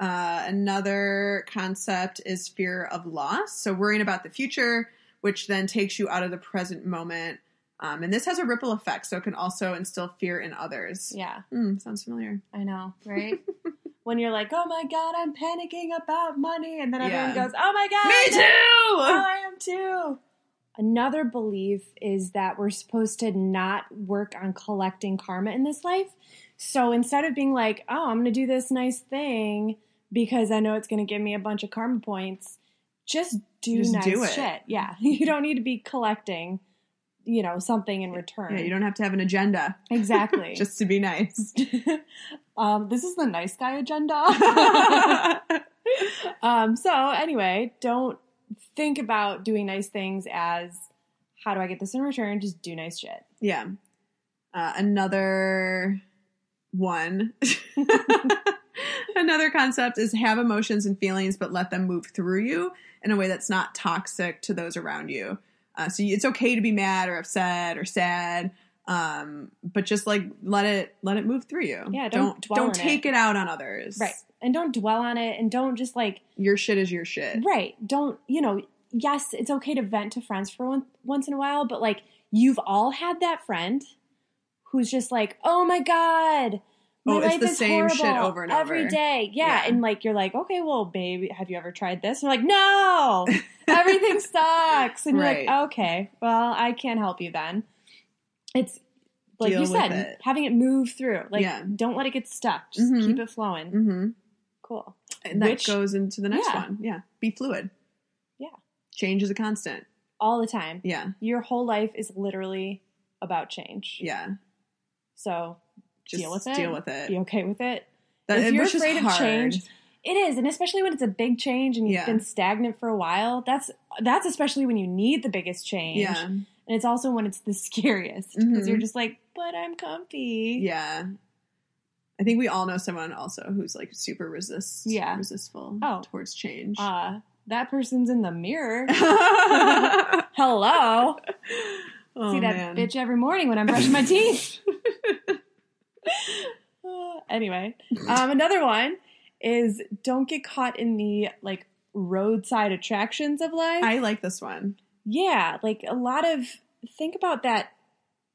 Uh, another concept is fear of loss. So worrying about the future, which then takes you out of the present moment. Um, and this has a ripple effect, so it can also instill fear in others.
Yeah.
Hmm, sounds familiar.
I know, right? when you're like, oh my god, I'm panicking about money, and then everyone
Yeah.
goes, oh my god,
Me
Oh,
too.
I am too. Another belief is that we're supposed to not work on collecting karma in this life. So instead of being like, oh, I'm going to do this nice thing because I know it's going to give me a bunch of karma points, just do
Just
nice
do it.
shit. Yeah. You don't need to be collecting, you know, something in return.
Yeah, you don't have to have an agenda
Exactly.
just to be nice.
um, this is the nice guy agenda. um, so anyway, don't think about doing nice things as how do I get this in return? Just do nice shit.
yeah. Uh, another one, another concept is have emotions and feelings, but let them move through you in a way that's not toxic to those around you. Uh, so it's okay to be mad or upset or sad, um, but just like let it let it move through you.
Yeah, don't dwell
don't
on
take it. out on others.
Right. And don't dwell on it and don't just like
your shit is your shit.
Right. Don't, you know, yes, it's okay to vent to friends for one, once in a while, but like you've all had that friend who's just like, "Oh my god, my
Oh, it's
life
the
is
same
horrible
shit over and
every
over."
day." Yeah,
Yeah.
and like you're like, "Okay, well, babe, have you ever tried this?" And they're like, "No, everything sucks." And you're
Right.
like, "Okay, well, I can't help you then." It's like
Deal
you
with
said,
it.
having it move through. Like,
Yeah.
don't let it get stuck. Just
Mhm.
keep it flowing.
Mm-hmm.
Cool.
And that
Which-
goes into the next
yeah.
one. Yeah. Be fluid.
Yeah.
Change is a constant.
All the time.
Yeah.
Your whole life is literally about change.
Yeah.
So
Just
Deal with it.
Deal with it.
be okay with it.
That-
if you're
which is
afraid of
hard.
change, It is, and especially when it's a big change and you've
Yeah.
been stagnant for a while. That's that's especially when you need the biggest change.
Yeah.
And it's also when it's the scariest because
Mhm.
you're just like, but I'm comfy.
Yeah. I think we all know someone also who's like super resist
Yeah.
resistful
Oh.
towards change.
Uh, that person's in the mirror.
oh,
Hello. See that
man.
bitch every morning when I'm brushing my teeth. Uh, anyway, um, another one is don't get caught in the like roadside attractions of life.
I like this one.
yeah like a lot of think about that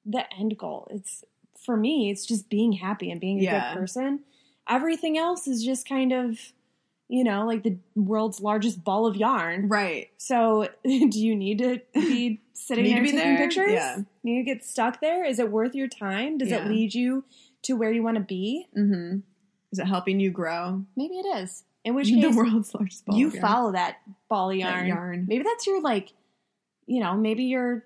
the end goal it's for me it's just being happy and being a
Yeah.
good person everything else is just kind of you know like the world's largest ball of yarn
Right.
so do you need to be sitting
Need to
there
be
taking
there?
pictures
Yeah.
need to get stuck there is it worth your time does
Yeah.
it lead you to where you want to be
Mm-hmm. Is it helping you grow?
maybe it is in which
the
case
world's largest ball.
you
of yarn.
follow that ball of
That
yarn
yarn.
Maybe that's your like, you know, maybe you're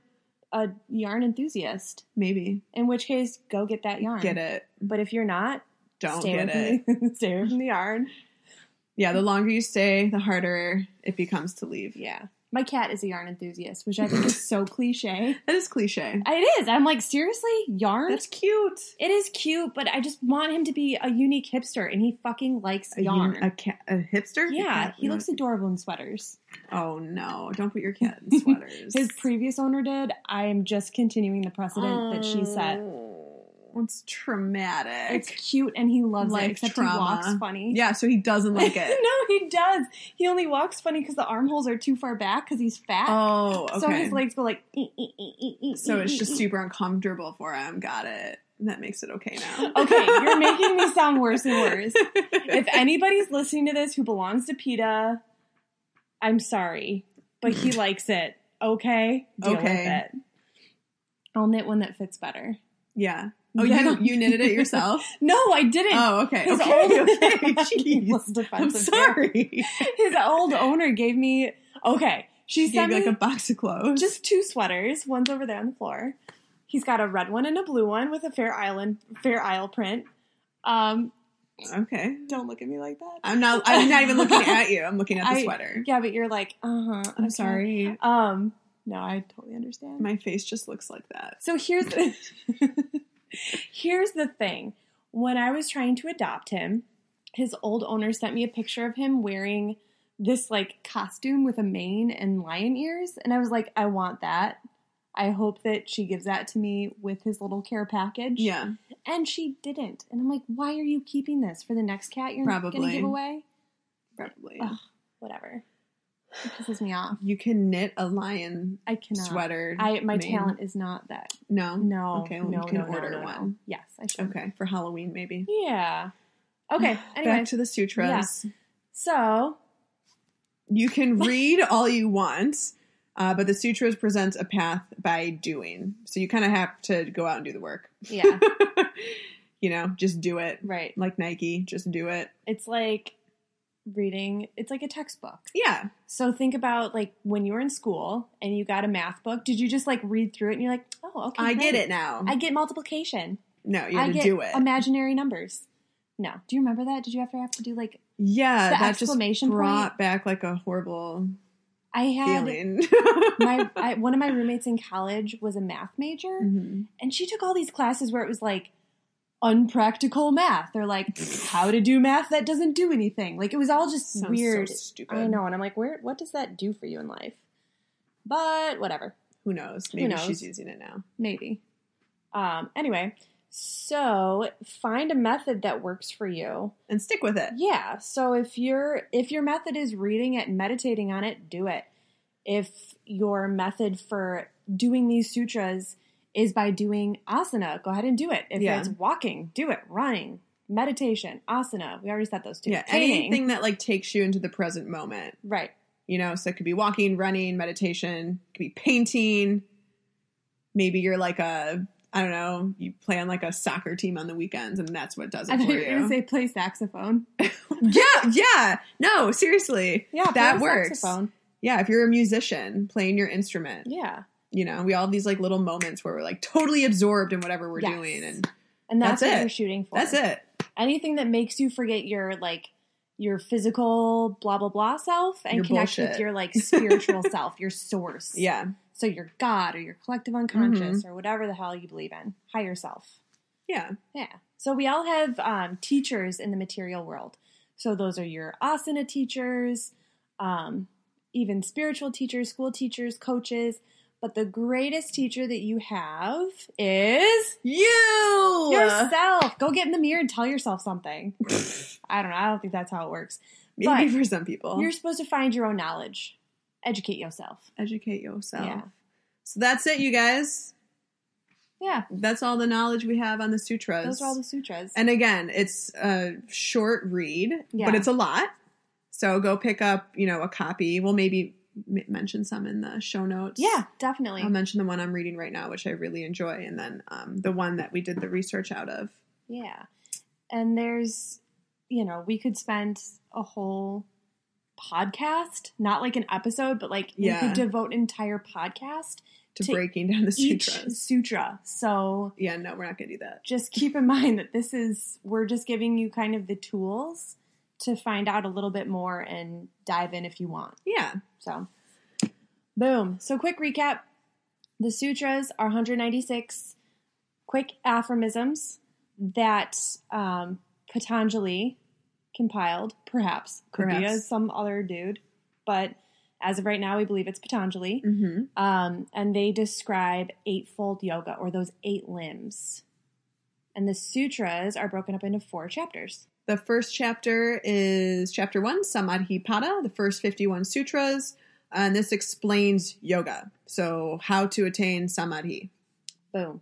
a yarn enthusiast.
Maybe.
In which case, go get that yarn.
Get it.
But if you're not,
Don't
stay
get it.
away from The, stay away from the yarn.
Yeah, the longer you stay, the harder it becomes to leave.
Yeah, my cat is a yarn enthusiast, which I think is so cliche.
That is cliche.
It is. I'm like, seriously, yarn.
That's cute.
it is cute, but I just want him to be a unique hipster, and he fucking likes
A,
yarn.
uni- a, cat, a hipster? A
yeah,
cat?
he looks adorable in sweaters.
Oh no! Don't put your cat in sweaters.
His previous owner did. I am just continuing the precedent that she set.
Oh, It's traumatic.
It's cute, and he loves
Life
it. Except
trauma.
he walks funny.
yeah, so he doesn't like it.
no, he does. He only walks funny because the armholes are too far back because he's fat.
Oh, okay.
So his legs go like. "Eh, eh, eh, eh, eh,
So
eh,
it's
eh,
just
eh."
super uncomfortable for him. Got it. That makes it okay now.
Okay, you're making me sound worse and worse. If anybody's listening to this who belongs to PETA, I'm sorry, but he likes it. Okay, deal
Okay.
with it. I'll knit one that fits better.
yeah. Oh,
Yeah.
you you knitted it yourself?
No, I didn't.
Oh, okay.
His
okay.
old-
okay.
Was
Jeez. I'm
defensive there.
sorry.
His old owner gave me. Okay, she,
He gave
sent
you,
me
like a box of clothes.
just two sweaters. One's over there on the floor. He's got a red one and a blue one with a Fair Island Fair Isle print. Um,
okay.
don't look at me like that.
I'm not. I'm not even looking at you. I'm looking at the
I-
sweater.
Yeah, but you're like, uh huh.
I'm sorry.
Um, no, I totally understand.
My face just looks like that.
so here's here's the thing. When I was trying to adopt him, his old owner sent me a picture of him wearing this like costume with a mane and lion ears, and I was like, I want that. I hope that she gives that to me with his little care package.
Yeah.
And she didn't. And I'm like, why are you keeping this for the next cat you're going to
Probably.
give away?
Probably.
Ugh. Whatever. It pisses me off.
You can knit a lion
I cannot.
sweater.
I my
mane.
talent is not that.
No.
No.
Okay, well,
no,
you can
no, no,
order
no, no.
one.
Yes, I should.
Okay, for Halloween maybe.
Yeah. Okay. Anyway,
Back to the sutras.
so
You can read all you want, uh, but the sutras presents a path by doing. So you kind of have to go out and do the work.
yeah,
you know, just do it.
right.
Like Nike, just do it.
It's like reading. It's like a textbook.
Yeah.
So think about like when you were in school and you got a math book. Did you just like read through it and you're like, oh, okay,
I
great.
get it now.
I get multiplication.
no, you
I
had to
get
do it.
imaginary numbers. No. Do you remember that? Did you ever have to do like
yeah,
the
that just
exclamation
brought
point?
back like a horrible
I had
feeling.
my I, one of my roommates in college was a math major,
Mhm.
and she took all these classes where it was like unpractical math or like how to do math that doesn't do anything. Like it was all just
Sounds so
weird.
stupid.
I know, and I'm like, where? What does that do for you in life? But whatever,
Who knows? Maybe
knows?
she's using it now.
maybe. Um, anyway, so find a method that works for you.
And stick with it.
Yeah. So if your if your method is reading it, and meditating on it, do it. If your method for doing these sutras is by doing asana, go ahead and do it. If
Yeah.
it's walking, do it. Running, meditation, asana. We already said those two.
Yeah.
Painting.
Anything that like takes you into the present moment.
Right.
You know, so it could be walking, running, meditation, it could be painting. Maybe you're like a I don't know, you play on like a soccer team on the weekends and that's what does it
I thought
for
you were going to say
you.
play saxophone.
yeah, yeah. No, seriously.
Yeah, play
That
the
works.
Saxophone.
Yeah, if you're a musician playing your instrument.
Yeah,
You know, we all have these like little moments where we're like totally absorbed in whatever we're
Yes.
doing and
and that's,
That's
what
it.
you're shooting for.
that's it.
anything that makes you forget your like your physical blah blah blah self and
Your
connect with
bullshit.
your like spiritual self, your source.
Yeah.
So your God or your collective unconscious or whatever the hell you believe in, higher self.
Yeah.
Yeah. So we all have um, teachers in the material world. So those are your asana teachers, um, even spiritual teachers, school teachers, coaches. But the greatest teacher that you have is
You
yourself. Go get in the mirror and tell yourself something. I don't know. I don't think that's how it works.
Maybe
But
for some people.
You're supposed to find your own knowledge, educate yourself.
Educate yourself.
Yeah.
So that's it, you guys.
Yeah.
That's all the knowledge we have on the sutras.
Those are all the sutras.
and again, it's a short read,
Yeah.
but it's a lot. So go pick up, you know, a copy. We'll maybe m- mention some in the show notes.
yeah, definitely.
I'll mention the one I'm reading right now, which I really enjoy, and then um, the one that we did the research out of.
Yeah. And there's, you know, we could spend a whole podcast, not like an episode, but like we
Yeah.
could devote an entire podcast
To,
To
breaking down the
each
sutras.
sutra. So
Yeah, no, we're not going to do that.
just keep in mind that this is we're just giving you kind of the tools to find out a little bit more and dive in if you want.
Yeah.
So, boom. So, quick recap the sutras are 196 quick aphorisms that um, Patanjali compiled, perhaps. Could be a,
Perhaps.
some other dude, but as of right now, we believe it's Patanjali.
Mm-hmm.
Um, and they describe eightfold yoga or those eight limbs. And the sutras are broken up into four chapters.
The first chapter is chapter one, Samadhipada, the first 51 sutras, and this explains yoga. So, how to attain samadhi.
Boom.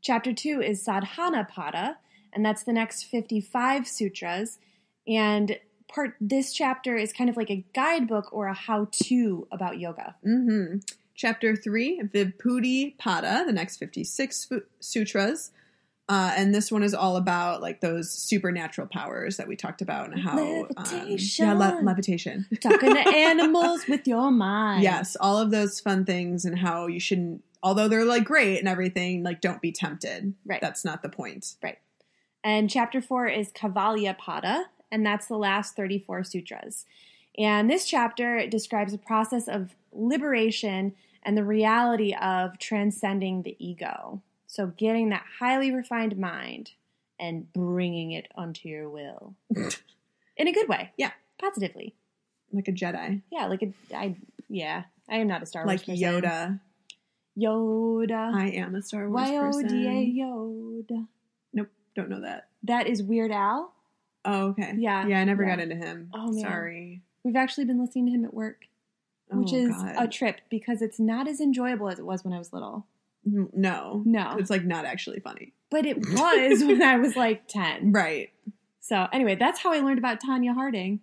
Chapter two is Sadhanapada, and that's the next 55 sutras. And part this chapter is kind of like a guidebook or a how to about yoga.
hmm Chapter three, Vibhuti Pada, the next 56 fu- sutras. Uh, and this one is all about like those supernatural powers that we talked about and how
Levitation.
Um, yeah, le- levitation.
Talking to animals with your mind.
Yes, all of those fun things and how you shouldn't, although they're like great and everything, like don't be tempted.
Right.
That's not the point.
And chapter four is Kavalyapada, and that's the last 34 sutras. And this chapter describes a process of liberation and the reality of transcending the ego. So, getting that highly refined mind and bringing it onto your will in a good way.
Yeah.
Positively.
Like a Jedi.
Yeah. Like, a, I, yeah, I am not a Star Wars
like
person.
Yoda.
Yoda.
I am a Star Wars
Y O D
person.
A Yoda.
Nope, don't know that.
That is Weird Al.
Oh, okay.
Yeah,
yeah. I never
yeah.
got into him.
Oh, man.
sorry.
We've actually been listening to him at work. which
Oh,
is
God.
a trip because it's not as enjoyable as it was when I was little.
N- no,
No.
It's like not actually funny,
But it was when I was like 10.
right?
So, anyway, that's how I learned about Tanya Harding.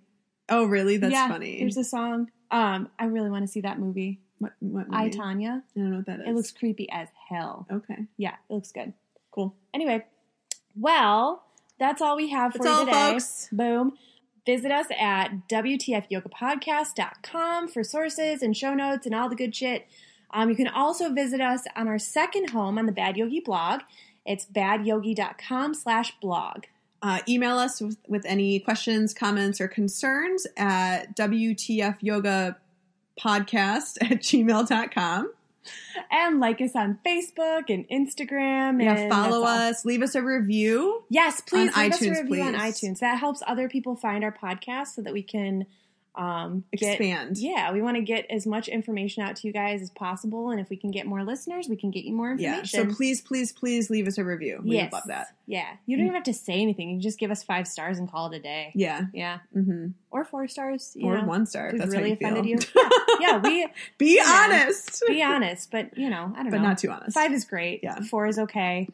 Oh, really? That's
yeah,
funny.
There's a song. Um, I really want to see that movie.
what, what
I,
movie? Oh.
Tanya.
I don't know what that is.
It looks creepy as hell.
okay.
Yeah, it looks good.
Cool.
Anyway, well, that's all we have for
That's
you
all,
today.
folks.
Boom. Visit us at WTFYogaPodcast.com for sources and show notes and all the good shit. Um, you can also visit us on our second home on the Bad Yogi blog. It's badyogi.com slash blog.
Uh, email us with, with any questions, comments, or concerns at WTF Yoga podcast at gmail.com.
And like us on Facebook and Instagram.
Yeah,
and
follow
that's all.
us, leave us a review.
Yes, please
on
leave us a
iTunes,
review on
please.
iTunes. That helps other people find our podcast so that we can um, get-
Expand.
yeah, we want to get as much information out to you guys as possible, and if we can get more listeners, we can get you more
Yeah.
information.
So please, please, please leave us a review. We would love that. Mm.
Yeah, you don't even have to say anything. You can just give us five stars and call it a day.
Yeah.
Yeah,
hmm
or four stars. You
Or
know.
one star. If
We've
that's
really
how you
offended you.
feel.
Yeah, we
Be
you know,
honest.
be honest, but you know, I don't
but
know.
not too honest.
Five is great.
Yeah.
Four is okay.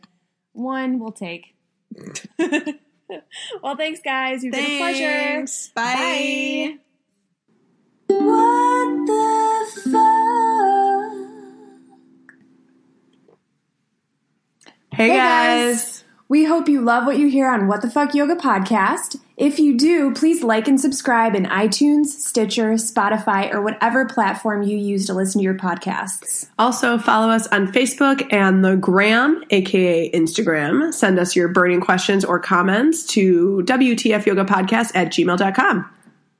One we'll take. well, thanks, guys. You've been a pleasure.
Thanks. Bye.
Bye.
What the fuck?
Hey, guys. We hope you love what you hear on What the Fuck Yoga podcast. If you do, please like and subscribe in iTunes, Stitcher, Spotify, or whatever platform you use to listen to your podcasts.
Also, follow us on Facebook and the Gram, aka Instagram. Send us your burning questions or comments to WTF Yoga Podcast at gmail.com.